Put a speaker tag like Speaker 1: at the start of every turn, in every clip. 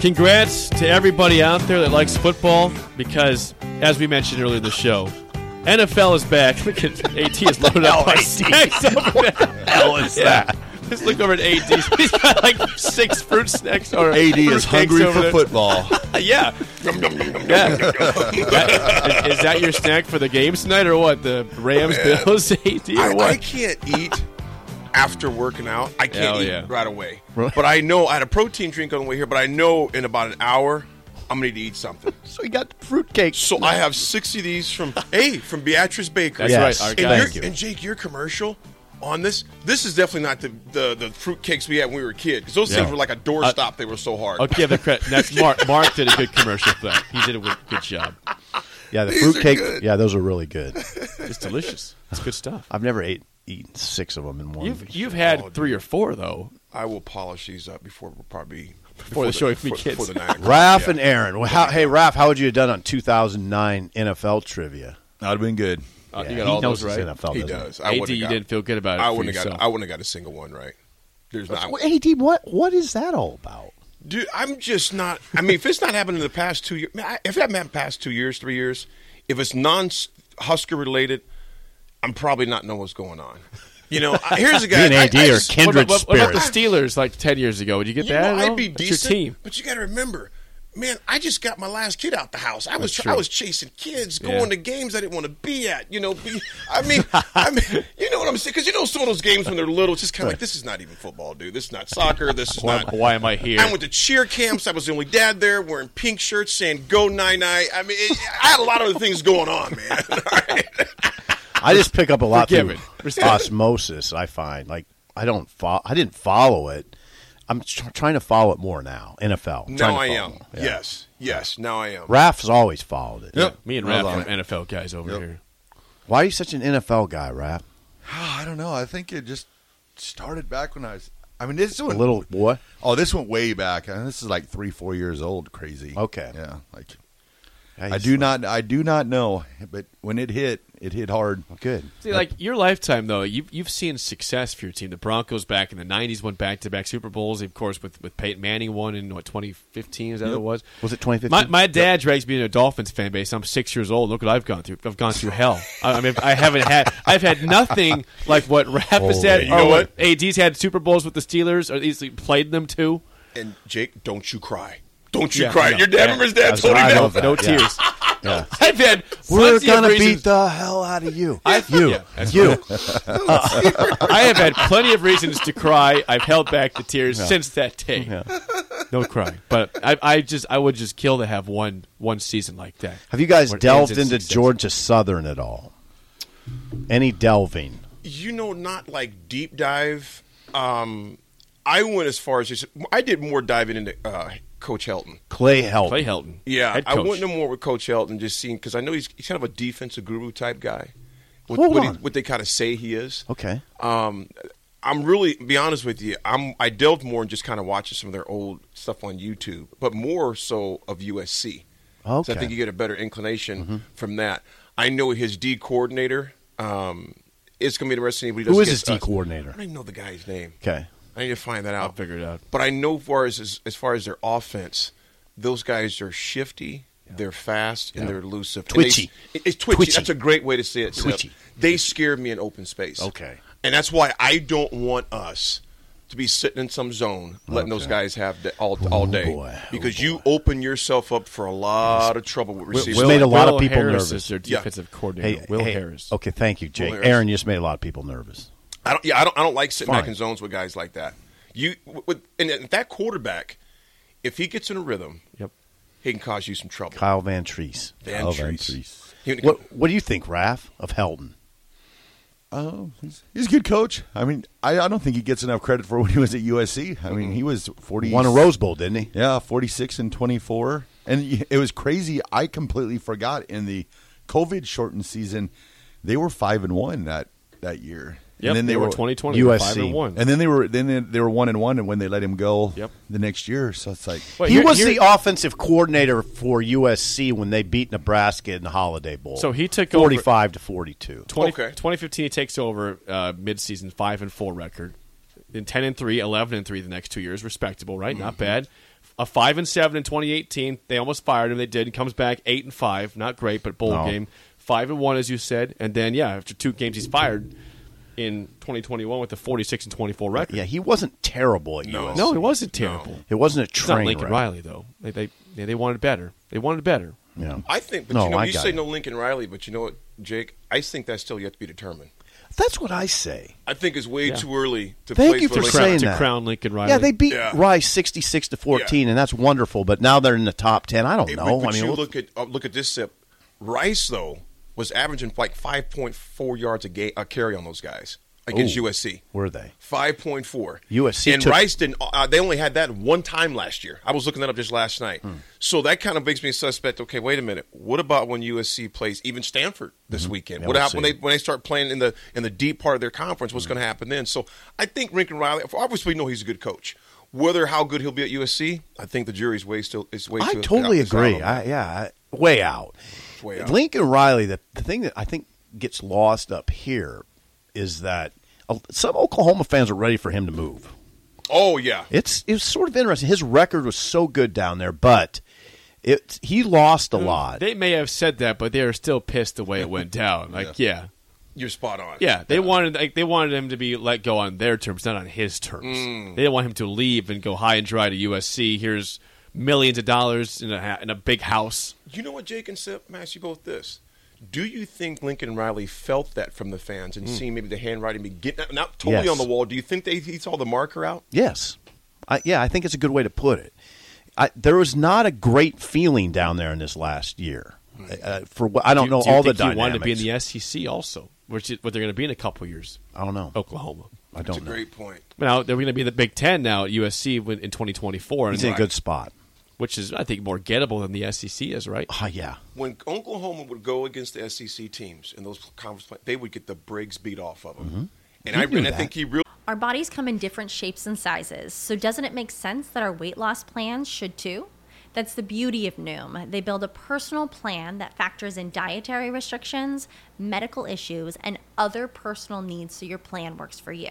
Speaker 1: Congrats to everybody out there that likes football because, as we mentioned earlier in the show, NFL is back. Look at AT is loaded up on snacks. What the hell
Speaker 2: is that?
Speaker 1: Let's look over at AD. He's got like six fruit snacks. Or
Speaker 2: AD
Speaker 1: fruit
Speaker 2: is
Speaker 1: cakes
Speaker 2: hungry
Speaker 1: over
Speaker 2: for
Speaker 1: there. Uh,
Speaker 2: football.
Speaker 1: yeah. yeah. That- is, is that your snack for the game tonight or what? The Rams,
Speaker 3: Man.
Speaker 1: Bills, AD
Speaker 3: I,
Speaker 1: or
Speaker 3: I
Speaker 1: what?
Speaker 3: can't eat after working out. I can't
Speaker 1: Hell
Speaker 3: eat
Speaker 1: yeah.
Speaker 3: right away.
Speaker 1: Right.
Speaker 3: But I know I had a protein drink on the way here, but I know in about an hour I'm gonna need to eat something.
Speaker 2: so he got fruitcake.
Speaker 3: So I have six of these from hey from Beatrice Baker.
Speaker 1: That's
Speaker 2: Yes.
Speaker 1: right. Our
Speaker 3: And,
Speaker 1: guy.
Speaker 3: your- and Jake, your commercial on this this is definitely not the the, the fruitcakes we had when we were a kid because those
Speaker 1: Yeah. Uh,
Speaker 3: things were like a doorstop. they were so hard.
Speaker 1: I'll give the credit. That's Mark. Mark did a good commercial for that. He did a w- good job.
Speaker 2: Yeah, the
Speaker 3: These are
Speaker 2: fruitcake.
Speaker 3: good.
Speaker 2: Yeah, those are really good.
Speaker 1: It's delicious. It's good stuff.
Speaker 2: I've never ate eaten six of them in one.
Speaker 1: You've you've had three or four though.
Speaker 3: I will polish these up before we'll probably before,
Speaker 1: the show
Speaker 3: before,
Speaker 1: begins.
Speaker 3: before the nine o'clock.
Speaker 2: Raph
Speaker 3: Yeah.
Speaker 2: and Aaron. Well, how, hey, Raph, how would you have done on 2009 NFL trivia?
Speaker 4: That would have been good.
Speaker 1: Uh, you got
Speaker 2: Yeah, he
Speaker 1: all
Speaker 2: knows
Speaker 1: those
Speaker 2: it's
Speaker 1: right.
Speaker 2: NFL,
Speaker 3: He
Speaker 2: doesn't
Speaker 3: does. I
Speaker 1: AD,
Speaker 3: wouldn't
Speaker 1: you
Speaker 3: got-
Speaker 1: didn't feel good about it.
Speaker 3: I
Speaker 1: for
Speaker 3: wouldn't have
Speaker 1: yourself.
Speaker 3: got. I wouldn't have got a single one right. There's not.
Speaker 2: Well, AD, what what is that all about?
Speaker 3: Dude, I'm just not. I mean, if it's not happened in the past two years, if it hasn't happened past two years, three years, if it's non-Husker related, I'm probably not know what's going on. You know, I- here's a guy.
Speaker 2: Me and
Speaker 3: I-
Speaker 2: AD
Speaker 3: I
Speaker 2: are
Speaker 3: just-
Speaker 1: What about-
Speaker 2: kindred
Speaker 1: what, what about the
Speaker 2: spirits.
Speaker 1: Steelers like ten years ago? Would you get
Speaker 3: you
Speaker 1: that?
Speaker 3: know,
Speaker 1: at all?
Speaker 3: I'd be
Speaker 1: That's
Speaker 3: decent,
Speaker 1: Your team.
Speaker 3: but you got to remember, man. I just got my last kid out the house. I was
Speaker 1: That's
Speaker 3: tr- I
Speaker 1: true.
Speaker 3: was chasing kids,
Speaker 1: Yeah.
Speaker 3: going to games I didn't want to be at. You know, be, I mean, I mean, you know what I'm saying? Because you know, some of those games when they're little, it's just kind of like this is not even football, dude. This is not soccer. This is
Speaker 1: Why,
Speaker 3: not.
Speaker 1: why am I here?
Speaker 3: I went to cheer camps. I was the only dad there wearing pink shirts saying "Go nine nine." I mean, it, I had a lot of things going on, man. All right.
Speaker 2: I just pick up a lot
Speaker 1: Forgive
Speaker 2: through
Speaker 1: it. Respect.
Speaker 2: osmosis. I find like I don't fo- I didn't follow it. I'm tr- trying to follow it more now. NFL. Trying
Speaker 3: Now
Speaker 2: to
Speaker 3: I am.
Speaker 2: follow it. Yeah.
Speaker 3: Yes, yes. Now I am.
Speaker 2: Raph's always followed it.
Speaker 4: Yep.
Speaker 1: Me and
Speaker 4: Hold
Speaker 1: Raph
Speaker 4: on.
Speaker 1: are NFL guys over here.
Speaker 2: Why are you such an NFL guy, Raph?
Speaker 4: Ah, I don't know. I think it just started back when I was. I mean, this
Speaker 2: A
Speaker 4: one
Speaker 2: little boy.
Speaker 4: Oh, this went way back. I mean, this is like three, four years old. Crazy.
Speaker 2: Okay.
Speaker 4: Yeah. Like
Speaker 2: Yeah,
Speaker 4: I
Speaker 2: he's
Speaker 4: do not. I do not know. But when it hit, it hit hard.
Speaker 2: good.
Speaker 1: See, like your lifetime though, you've you've seen success for your team. The Broncos back in the '90s won back-to-back Super Bowls. Of course, with with Peyton Manning won in what 2015 is that what it was?
Speaker 2: Was it 2015?
Speaker 1: My, my dad drags me to a Dolphins fan base. I'm six years old. Look what I've gone through. I've gone through hell. I I mean, I haven't had. I've had nothing like what Oh, Raph has had.
Speaker 3: You know
Speaker 1: or
Speaker 3: what?
Speaker 1: AD's had Super Bowls with the Steelers, or he's played them too.
Speaker 3: And Jake, don't you cry. Don't you
Speaker 1: Yeah,
Speaker 3: cry.
Speaker 1: no.
Speaker 3: Your dad remembers dad
Speaker 2: That's
Speaker 3: told
Speaker 2: what
Speaker 3: me
Speaker 2: I
Speaker 3: that.
Speaker 1: No
Speaker 2: know. Yeah.
Speaker 1: tears.
Speaker 2: Yeah.
Speaker 1: I've had.
Speaker 2: We're
Speaker 1: plenty of
Speaker 2: gonna
Speaker 1: reasons-
Speaker 2: beat the hell out of you.
Speaker 1: I-
Speaker 2: you,
Speaker 1: yeah, that's
Speaker 2: you.
Speaker 1: I have had plenty of reasons to cry. I've held back the tears since that day. No crying, but I, I just I would just kill to have one one season like that.
Speaker 2: Have you guys
Speaker 1: Where it ends
Speaker 2: delved
Speaker 1: in
Speaker 2: into
Speaker 1: success.
Speaker 2: Georgia Southern at all? Any delving?
Speaker 3: you know, not like deep dive. Um, I went as far as just, I did more diving into uh, Coach Helton.
Speaker 2: Clay help.
Speaker 1: Clay Helton?
Speaker 3: Yeah,
Speaker 1: head
Speaker 3: I
Speaker 1: coach.
Speaker 3: went no more with Coach Helton, just seeing because I know he's, he's kind of a defensive guru type guy. What,
Speaker 2: Hold
Speaker 3: what, he-
Speaker 2: on.
Speaker 3: what they kind of say he is.
Speaker 2: Okay.
Speaker 3: Um, I'm really be honest with you. I'm I delved more in just kind of watching some of their old stuff on YouTube, but more so of USC. So
Speaker 2: Okay. Mm-hmm.
Speaker 3: I think you get a better inclination from that. I know his D coordinator. Um, it's gonna be interesting.
Speaker 2: Who is his D coordinator?
Speaker 3: I don't even know the guy's name.
Speaker 2: Okay.
Speaker 3: I need to find that out.
Speaker 1: I'll figure it out.
Speaker 3: But I know far as as, as far as their offense, those guys are shifty. They're fast and they're elusive. And they-
Speaker 2: Twitchy.
Speaker 3: it- it's twitchy.
Speaker 2: Twitchy.
Speaker 3: That's a great way to say it. Sip.
Speaker 2: Twitchy.
Speaker 3: They scare me in open space.
Speaker 2: Okay.
Speaker 3: And that's why I don't want us to be sitting in some zone, letting those guys have the, all all day,
Speaker 2: boy. Oh,
Speaker 3: because you open yourself up for a lot of trouble with receivers.
Speaker 2: Will- made a lot of
Speaker 1: Will
Speaker 2: people
Speaker 1: Harris
Speaker 2: nervous.
Speaker 1: Is their
Speaker 3: Yeah.
Speaker 1: defensive coordinator, Will Harris.
Speaker 2: Okay, thank you, Jake.
Speaker 3: Harris.
Speaker 2: Aaron just made a lot of people nervous.
Speaker 3: I don't. Yeah, I don't. I don't like sitting back
Speaker 2: Fine.
Speaker 3: in zones with guys like that. You with and that- that quarterback, if he gets in a rhythm,
Speaker 1: Yep.
Speaker 3: he can cause you some trouble.
Speaker 2: Kyle Van Treese.
Speaker 3: Van
Speaker 2: Kyle
Speaker 3: Treese.
Speaker 2: Treese. What What do you think, Raph, of Helton?
Speaker 4: Oh, he's, he's a good coach. I mean, I, I don't think he gets enough credit for when he was at USC. I mean, he was forty.
Speaker 2: Won a Rose Bowl, didn't he?
Speaker 4: Yeah, 46 and 24. And y- it was crazy. I completely forgot in the COVID shortened season, they were 5 and 1 that that year.
Speaker 1: Yep,
Speaker 4: and then
Speaker 1: they, were 2020, they were
Speaker 2: USC.
Speaker 1: five and one.
Speaker 4: And then they were then they- they were 1 and 1 and when they let him go
Speaker 1: Yep.
Speaker 4: the next year, so it's like
Speaker 1: Wait,
Speaker 2: he
Speaker 1: here-
Speaker 2: was
Speaker 1: here-
Speaker 2: the offensive coordinator for USC when they beat Nebraska in the Holiday Bowl.
Speaker 1: So he took over-
Speaker 2: forty-five to forty-two.
Speaker 1: 20,
Speaker 3: Okay.
Speaker 1: 2015, he takes over uh, mid-season five and four record, then ten and three, 11 and three the next two years, respectable, right? Not
Speaker 2: Mm-hmm.
Speaker 1: bad. A five and seven in 2018, they almost fired him. They did. He comes back eight and five, not great, but bowl
Speaker 2: No.
Speaker 1: game. Five and one, as you said, and then yeah, after two games, he's fired in 2021 with a 46 and 24 record.
Speaker 2: Yeah, he wasn't terrible at USC.
Speaker 1: No, it wasn't terrible.
Speaker 2: it wasn't a
Speaker 1: It's not
Speaker 2: train
Speaker 1: Lincoln
Speaker 2: wreck.
Speaker 1: Riley though. They they yeah, they wanted better. They wanted better.
Speaker 2: Yeah.
Speaker 3: I think, but
Speaker 2: No,
Speaker 3: you know,
Speaker 2: I
Speaker 3: you
Speaker 2: got
Speaker 3: say
Speaker 2: it.
Speaker 3: no Lincoln Riley, but you know what, Jake? I think that's still yet to be determined.
Speaker 2: That's what I say.
Speaker 3: I think it's way
Speaker 1: Yeah.
Speaker 3: too early to
Speaker 2: Thank
Speaker 3: play
Speaker 2: you for
Speaker 3: Lincoln.
Speaker 2: saying
Speaker 1: to
Speaker 2: that.
Speaker 1: crown Lincoln Riley.
Speaker 2: Yeah, they beat
Speaker 3: Yeah.
Speaker 2: Rice sixty-six to fourteen, and that's wonderful. But now they're in the top ten. I don't
Speaker 3: Hey,
Speaker 2: know.
Speaker 3: But, but
Speaker 2: I mean,
Speaker 3: you
Speaker 2: look-
Speaker 3: look at uh, look at this sip. Rice though was averaging like five point four yards a game a carry on those guys against USC.
Speaker 2: were they?
Speaker 3: Five point four.
Speaker 2: USC
Speaker 3: and
Speaker 2: took-
Speaker 3: Rice didn't. Uh, they only had that one time last year. I was looking that up just last night.
Speaker 2: Hmm.
Speaker 3: So that kind of makes me suspect. Okay, wait a minute. What about when USC plays even Stanford this weekend?
Speaker 2: Mm-hmm. Yeah,
Speaker 3: what
Speaker 2: we'll
Speaker 3: happens when
Speaker 2: see. Hmm.
Speaker 3: they when they start playing in the in the deep part of their conference? What's going to happen then? So I think Lincoln Riley. Obviously, we know he's a good coach. Whether how good he'll be at USC, I think the jury's way still. It's way.
Speaker 2: I
Speaker 3: too-
Speaker 2: totally
Speaker 3: it's out on
Speaker 2: agree.
Speaker 3: that.
Speaker 2: I, yeah, I, way out.
Speaker 3: way out.
Speaker 2: Lincoln Riley. The, the thing that I think gets lost up here is that uh, some Oklahoma fans are ready for him to move.
Speaker 3: Oh yeah,
Speaker 2: It's it's sort of interesting. His record was so good down there, but it he lost a
Speaker 1: Mm.
Speaker 2: lot.
Speaker 1: They may have said that, but they are still pissed the way it went down. Like, yeah,
Speaker 3: you're spot on.
Speaker 1: yeah, they wanted like they wanted him to be let go on their terms, not on his terms.
Speaker 2: Mm.
Speaker 1: They didn't want him to leave and go high and dry to USC. Here's millions of dollars in a ha- in a big house.
Speaker 3: You know what, Jake and Sip, I'm ask you both this. Do you think Lincoln Riley felt that from the fans and seeing maybe the handwriting be getting not totally
Speaker 2: Hmm.
Speaker 3: on
Speaker 2: Yes.
Speaker 3: the wall? Do you think they he saw the marker out?
Speaker 2: Yes. I, yeah, I think it's a good way to put it. I, there was not a great feeling down there in this last year. Uh, for what I don't know
Speaker 1: do you
Speaker 2: all
Speaker 1: think
Speaker 2: the
Speaker 1: He
Speaker 2: dynamics.
Speaker 1: wanted to be in the SEC also, which is what they're going to be in a couple years.
Speaker 2: I don't know.
Speaker 1: Oklahoma.
Speaker 2: I
Speaker 3: That's
Speaker 2: don't
Speaker 3: a
Speaker 2: know.
Speaker 3: great point.
Speaker 1: Now they're going to be in the Big Ten now at USC when- in 2024,
Speaker 2: He's
Speaker 1: and,
Speaker 2: in a good spot.
Speaker 1: which is I think more gettable than the SEC is, right?
Speaker 2: Ah, yeah.
Speaker 3: When Oklahoma would go against the SEC teams in those conference play, they would get the Briggs beat off of them. And, I,
Speaker 2: Mm-hmm. knew
Speaker 3: and I
Speaker 2: that.
Speaker 3: think he really
Speaker 5: Our bodies come in different shapes and sizes, so doesn't it make sense that our weight loss plans should too? That's the beauty of Noom. They build a personal plan that factors in dietary restrictions, medical issues, and other personal needs so your plan works for you.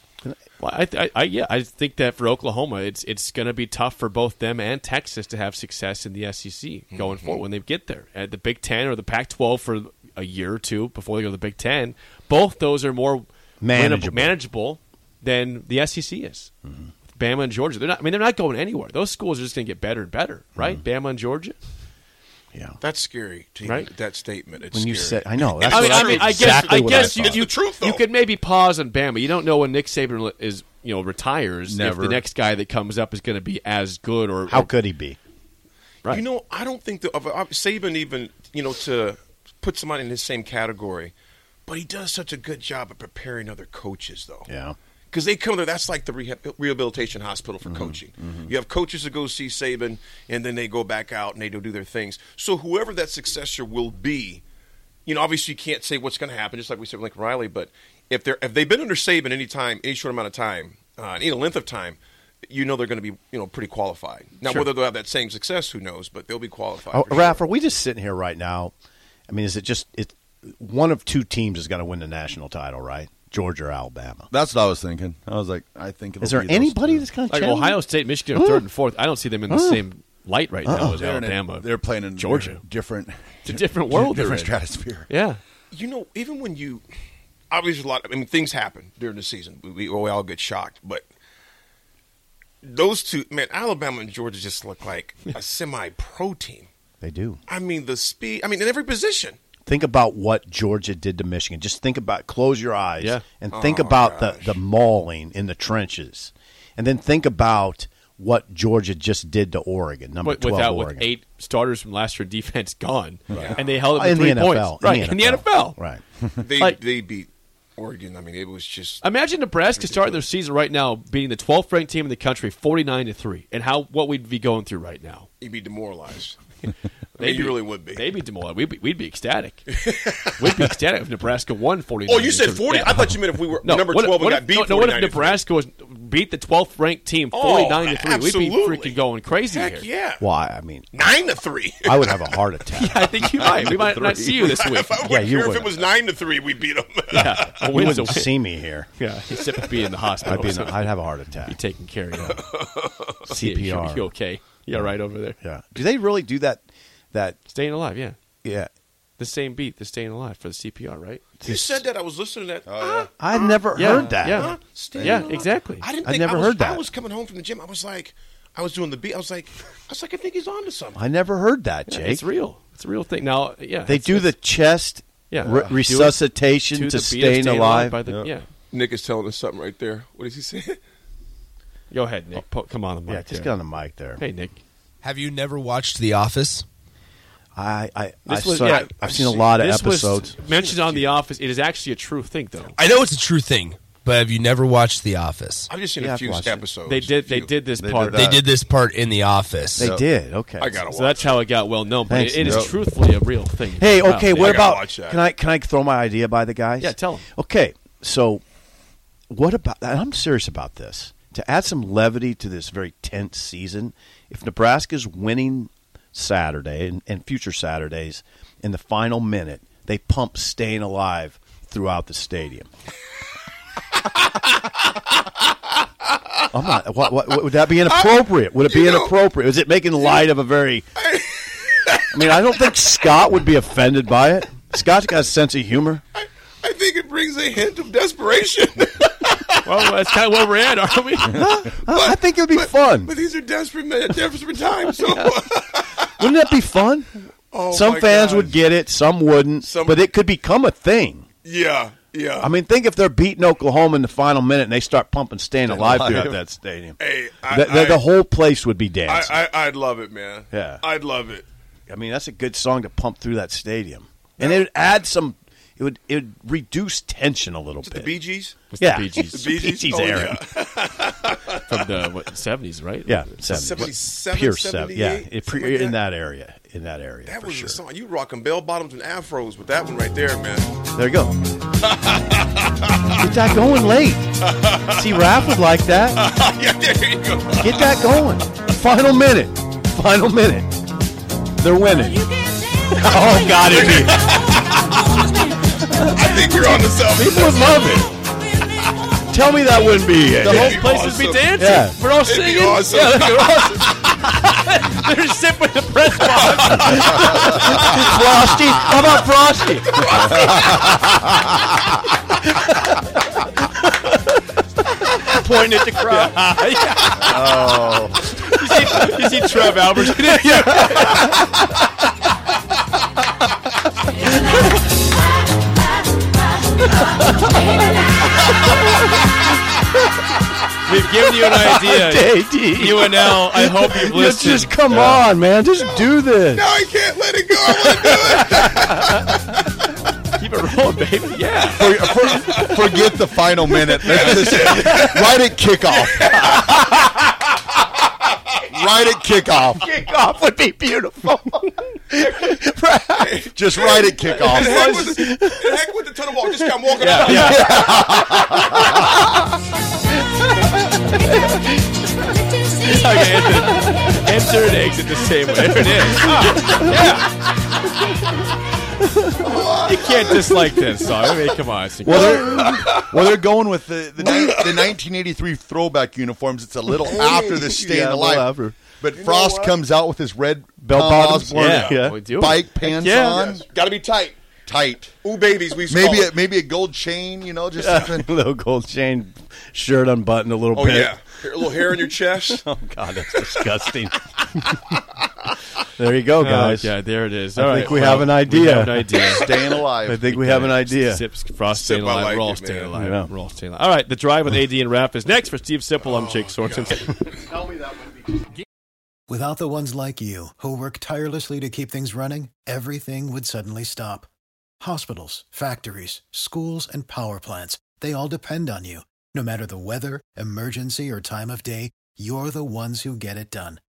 Speaker 1: Well, I, I, I yeah, I think that for Oklahoma, it's it's going to be tough for both them and Texas to have success in the SEC going forward when they get there at the Big Ten or the Pac-12 for a year or two before they go to the Big Ten. Both those are more
Speaker 2: Manageable.
Speaker 1: winnable- manageable than the SEC is. Bama and Georgia, they're not. I mean, they're not going anywhere. Those schools are just going to get better and better, right? Bama and Georgia.
Speaker 2: yeah.
Speaker 3: That's scary. To
Speaker 1: Right?
Speaker 3: That statement. It's
Speaker 2: When you
Speaker 3: scary.
Speaker 2: said, I know. That's
Speaker 1: I mean,
Speaker 2: what
Speaker 1: I mean, I guess,
Speaker 2: exactly
Speaker 1: I
Speaker 2: what
Speaker 1: guess
Speaker 2: thought.
Speaker 3: It's
Speaker 1: you, you,
Speaker 3: the truth,
Speaker 1: you
Speaker 3: though.
Speaker 1: could maybe pause on Bama. You don't know when Nick Saban is, you know, retires. If
Speaker 4: Never.
Speaker 1: the next guy that comes up is going to be as good or
Speaker 2: How
Speaker 1: or-
Speaker 2: could he be?
Speaker 1: Right.
Speaker 3: You know, I don't think the of- of- Saban even you know to put somebody in his same category, but he does such a good job at preparing other coaches, though.
Speaker 2: Yeah.
Speaker 3: Because they come there, that's like the reha- rehabilitation hospital for coaching. You have coaches that go see Saban, and then they go back out and they go do their things. So whoever that successor will be, you know, obviously you can't say what's going to happen, just like we said with Lincoln Riley. But if they're if they've been under Saban any time, any short amount of time, uh, any length of time, you know they're going to be you know pretty qualified. Now whether they'll have that same success, who knows? But they'll be qualified.
Speaker 2: Oh,
Speaker 3: for
Speaker 2: Raph,
Speaker 3: sure.
Speaker 2: are we just sitting here right now? I mean, is it just it? One of two teams is going to win the national title, right? Georgia or Alabama?
Speaker 4: That's what I was thinking. I was like, I think. it'll
Speaker 2: Is there
Speaker 4: be those
Speaker 2: anybody
Speaker 4: two.
Speaker 2: that's going to
Speaker 1: Like Ohio State, Michigan are third and fourth. I don't see them in the same light right now as
Speaker 4: Uh-uh. They're in a-
Speaker 1: Alabama.
Speaker 4: they're playing in
Speaker 1: Georgia.
Speaker 4: Different.
Speaker 1: It's a different world they're
Speaker 4: Different
Speaker 1: in.
Speaker 4: stratosphere.
Speaker 1: Yeah.
Speaker 3: You know, even when you obviously a lot. I mean, things happen during the season. We, we, we all get shocked, but those two, man, Alabama and Georgia just look like a semi-pro team.
Speaker 2: They do.
Speaker 3: I mean, the speed. I mean, in every position.
Speaker 2: Think about what Georgia did to Michigan. Just think about close your eyes
Speaker 1: Yeah.
Speaker 2: and think
Speaker 1: Oh,
Speaker 2: about the, the mauling in the trenches. And then think about what Georgia just did to Oregon, number
Speaker 1: But
Speaker 2: 12
Speaker 1: without with
Speaker 2: Oregon.
Speaker 1: eight starters from last year defense gone, and they held it to
Speaker 2: Oh, in the
Speaker 1: three
Speaker 2: NFL,
Speaker 1: points.
Speaker 2: in
Speaker 1: right in the NFL.
Speaker 2: Right.
Speaker 3: They
Speaker 1: Like-
Speaker 3: they beat Oregon. I mean, it was just.
Speaker 1: Imagine Nebraska starting their season right now, beating the 12th ranked team in the country, 49 to three, and how what we'd be going through right now.
Speaker 3: You'd be demoralized. I mean, you really would be.
Speaker 1: They'd be demoralized. We'd be, we'd be ecstatic. we'd be ecstatic if Nebraska won 49.
Speaker 3: Oh, you said 40? I thought you meant if we were number 12 and
Speaker 1: what
Speaker 3: got
Speaker 1: if,
Speaker 3: beat
Speaker 1: No, no, what if
Speaker 3: 49 to three?
Speaker 1: Nebraska was beat the 12th ranked team 49
Speaker 3: Oh,
Speaker 1: to 3? We'd be
Speaker 3: absolutely.
Speaker 1: freaking going crazy
Speaker 3: Heck
Speaker 1: here.
Speaker 3: yeah.
Speaker 2: Why? I mean,
Speaker 3: Nine to three.
Speaker 2: I would have a heart attack.
Speaker 1: I think you might. We might not see you this week.
Speaker 3: if I were
Speaker 2: Yeah, you
Speaker 3: here, if
Speaker 2: would.
Speaker 3: it was nine to three, we beat them.
Speaker 1: yeah, a
Speaker 2: You
Speaker 1: win's a
Speaker 2: wouldn't
Speaker 1: win.
Speaker 2: see me here.
Speaker 1: Yeah, except for being in the hospital.
Speaker 2: I'd, be in
Speaker 1: so
Speaker 2: a, I'd have a heart attack.
Speaker 1: be taken care of. Yeah, you-
Speaker 2: CPR.
Speaker 1: You okay? Yeah, right over there.
Speaker 2: Yeah. Do they really do that? That
Speaker 1: Staying alive. Yeah,
Speaker 2: yeah.
Speaker 1: the same beat. The staying alive for the CPR. Right.
Speaker 3: you said that. I was listening to that.
Speaker 2: I've never
Speaker 1: Yeah,
Speaker 2: heard that.
Speaker 1: Yeah.
Speaker 3: Staying
Speaker 1: yeah.
Speaker 3: alive.
Speaker 1: Exactly.
Speaker 3: I didn't.
Speaker 2: I
Speaker 3: Think,
Speaker 2: never
Speaker 3: was-
Speaker 2: heard that.
Speaker 3: I was coming home from the gym. I was like, I was doing the beat. I was like, I was like, I think he's on to something.
Speaker 2: I never heard that,
Speaker 1: Yeah,
Speaker 2: Jake.
Speaker 1: It's real. It's a real thing. Now, yeah,
Speaker 2: They
Speaker 1: it's-
Speaker 2: do the
Speaker 1: it's
Speaker 2: chest
Speaker 1: Yeah.
Speaker 2: re-
Speaker 1: Do it
Speaker 2: resuscitation
Speaker 1: to
Speaker 2: to,
Speaker 1: the beat of
Speaker 2: staying alive.
Speaker 1: by the, yeah.
Speaker 3: Nick is telling us something right there. What does he say?
Speaker 1: Go ahead, Nick. Po- Oh, come on the mic.
Speaker 2: Yeah, just
Speaker 1: there.
Speaker 2: get on the mic there.
Speaker 1: Hey, Nick.
Speaker 6: Have you never watched The Office?
Speaker 2: I, I, I
Speaker 1: This was-
Speaker 2: saw,
Speaker 1: yeah,
Speaker 2: I've, seen a lot of
Speaker 1: this
Speaker 2: episodes.
Speaker 1: was mentioned on The Office. It is actually a true thing, though.
Speaker 6: I know it's a true thing, but have you never watched The Office?
Speaker 3: I've just seen
Speaker 2: Yeah,
Speaker 3: a
Speaker 2: I've
Speaker 3: few
Speaker 2: watched it.
Speaker 3: episodes.
Speaker 1: They did. They
Speaker 3: Few.
Speaker 1: did this
Speaker 4: They
Speaker 1: part.
Speaker 4: did
Speaker 6: They
Speaker 4: that.
Speaker 6: did this part in The Office.
Speaker 2: they did. Okay.
Speaker 3: I gotta watch.
Speaker 1: So that's how it got well known. But
Speaker 2: Thanks,
Speaker 1: it- it is
Speaker 2: Nick.
Speaker 1: truthfully a real thing.
Speaker 2: Hey, okay.
Speaker 1: Wow.
Speaker 2: what
Speaker 3: Oh, I gotta
Speaker 2: about?
Speaker 3: watch that.
Speaker 2: Can I can I throw my idea by the guys?
Speaker 1: Yeah, tell 'em.
Speaker 2: Okay, so what about? and I'm serious about this. To add some levity to this very tense season, if Nebraska's winning Saturday and, and future Saturdays in the final minute, they pump "Staying Alive" throughout the stadium. I'm not. What, what, would that be inappropriate? Would it be inappropriate? Is it making light of a very I mean, I don't think Scott would be offended by it. Scott's got a sense of humor.
Speaker 3: I think it brings a hint of desperation.
Speaker 1: Well, that's kind of where we're at, aren't we?
Speaker 2: I I think it would be fun.
Speaker 3: but these are desperate, men- desperate times. So
Speaker 2: Wouldn't that be fun?
Speaker 3: Oh,
Speaker 2: some
Speaker 3: my
Speaker 2: fans
Speaker 3: gosh.
Speaker 2: would get it, some wouldn't.
Speaker 3: Some-
Speaker 2: But it could become a thing.
Speaker 3: yeah, yeah.
Speaker 2: I mean, think if they're beating Oklahoma in the final minute and they start pumping "Staying Alive" throughout that stadium.
Speaker 3: Hey, I-
Speaker 2: the, the-
Speaker 3: I-
Speaker 2: the whole place would be
Speaker 3: I,
Speaker 2: dancing. I,
Speaker 3: I, I'd love it, man.
Speaker 2: Yeah.
Speaker 3: I'd love it.
Speaker 2: mean, that's a good song to pump through that stadium, and it would add some. It would it would reduce tension a little
Speaker 3: Is it the
Speaker 2: bit.
Speaker 3: Bee Gees?
Speaker 2: yeah,
Speaker 1: The Bee Gees.
Speaker 3: The Bee Gees?
Speaker 2: Gees
Speaker 3: Oh,
Speaker 2: Aaron.
Speaker 3: yeah.
Speaker 1: From the what, 70s, right?
Speaker 2: Yeah,
Speaker 3: Seventy
Speaker 2: seventy.
Speaker 3: seven,
Speaker 2: Pure
Speaker 3: seventy
Speaker 2: Yeah,
Speaker 3: eight,
Speaker 2: it,
Speaker 3: something
Speaker 2: in
Speaker 3: like
Speaker 2: that area. in that area.
Speaker 3: That
Speaker 2: for
Speaker 3: was
Speaker 2: sure.
Speaker 3: a song. You rocking bell bottoms and afros with that one right there, man.
Speaker 2: There you go. Get that going late. See, Raph would like that.
Speaker 3: yeah, there you go.
Speaker 2: Get that going. Final minute. Final minute. They're winning.
Speaker 1: Oh God, it'd be
Speaker 3: I think you're on to something.
Speaker 2: People would love it. Tell me that wouldn't be it.
Speaker 1: the whole
Speaker 3: be
Speaker 1: place would be
Speaker 3: awesome.
Speaker 1: dancing.
Speaker 2: Yeah.
Speaker 1: We're all
Speaker 3: It'd be
Speaker 1: singing.
Speaker 3: awesome.
Speaker 1: Yeah, they're awesome. They're sipping with the press box.
Speaker 2: Frosty. How about Frosty?
Speaker 1: pointing at the crowd. Oh. you, see, you see Trev Alberts. yeah. We've given you an idea.
Speaker 2: JD.
Speaker 1: UNL, I hope you've
Speaker 2: Let's
Speaker 1: listened. Uh,
Speaker 2: just come on, man. Just do this.
Speaker 3: No, I can't let it go. I want to do it.
Speaker 1: Keep it rolling, baby. Yeah.
Speaker 4: For, for, forget the final minute. Let's just right at kickoff. right at kickoff.
Speaker 2: Kickoff would be beautiful.
Speaker 4: Just right at kickoff.
Speaker 3: And heck with the, and heck with the tunnel walk. Just come walking out.
Speaker 1: Okay, enter- Enter and exit the same way. There it is. Ah, yeah. You can't dislike this song. I mean, come on. It's
Speaker 4: Well, they're, well, they're going with the the, ni- the 1983 throwback uniforms. It's a little after the stay
Speaker 2: Yeah,
Speaker 4: in
Speaker 2: a
Speaker 4: the
Speaker 2: little
Speaker 4: life.
Speaker 2: after.
Speaker 4: But Frost comes out with his red
Speaker 2: Bell
Speaker 4: Tom
Speaker 2: bottoms?
Speaker 4: Osborne
Speaker 2: Yeah. Yeah.
Speaker 1: We do.
Speaker 4: bike pants
Speaker 1: yeah.
Speaker 4: on,
Speaker 3: Got to be tight.
Speaker 4: tight.
Speaker 3: Ooh, babies, we used to
Speaker 4: Maybe
Speaker 3: call
Speaker 4: a,
Speaker 3: it.
Speaker 4: maybe a gold chain, you know, just something.
Speaker 2: little gold chain shirt unbuttoned a little
Speaker 3: Oh
Speaker 2: bit.
Speaker 3: yeah, a little hair on your chest.
Speaker 2: Oh God, that's disgusting. there you go,
Speaker 1: Oh,
Speaker 2: guys.
Speaker 1: yeah, there it is.
Speaker 2: I
Speaker 1: All
Speaker 2: think
Speaker 1: right,
Speaker 2: we
Speaker 1: well,
Speaker 2: have an
Speaker 1: We
Speaker 2: idea.
Speaker 1: have an idea.
Speaker 4: Staying alive.
Speaker 2: I think we have an idea.
Speaker 1: Sips, frost,
Speaker 3: Sip,
Speaker 1: staying
Speaker 3: I
Speaker 1: alive.
Speaker 3: like
Speaker 1: We're all
Speaker 3: it,
Speaker 1: staying
Speaker 3: man.
Speaker 1: alive.
Speaker 2: Yeah.
Speaker 1: We're all staying alive. All right, the drive with AD and Rap is next for Steve Simple. I'm Jake
Speaker 2: Oh,
Speaker 1: Sorensen.
Speaker 7: Without the ones like you, who work tirelessly to keep things running, everything would suddenly stop. Hospitals, factories, schools, and power plants, they all depend on you. No matter the weather, emergency, or time of day, you're the ones who get it done.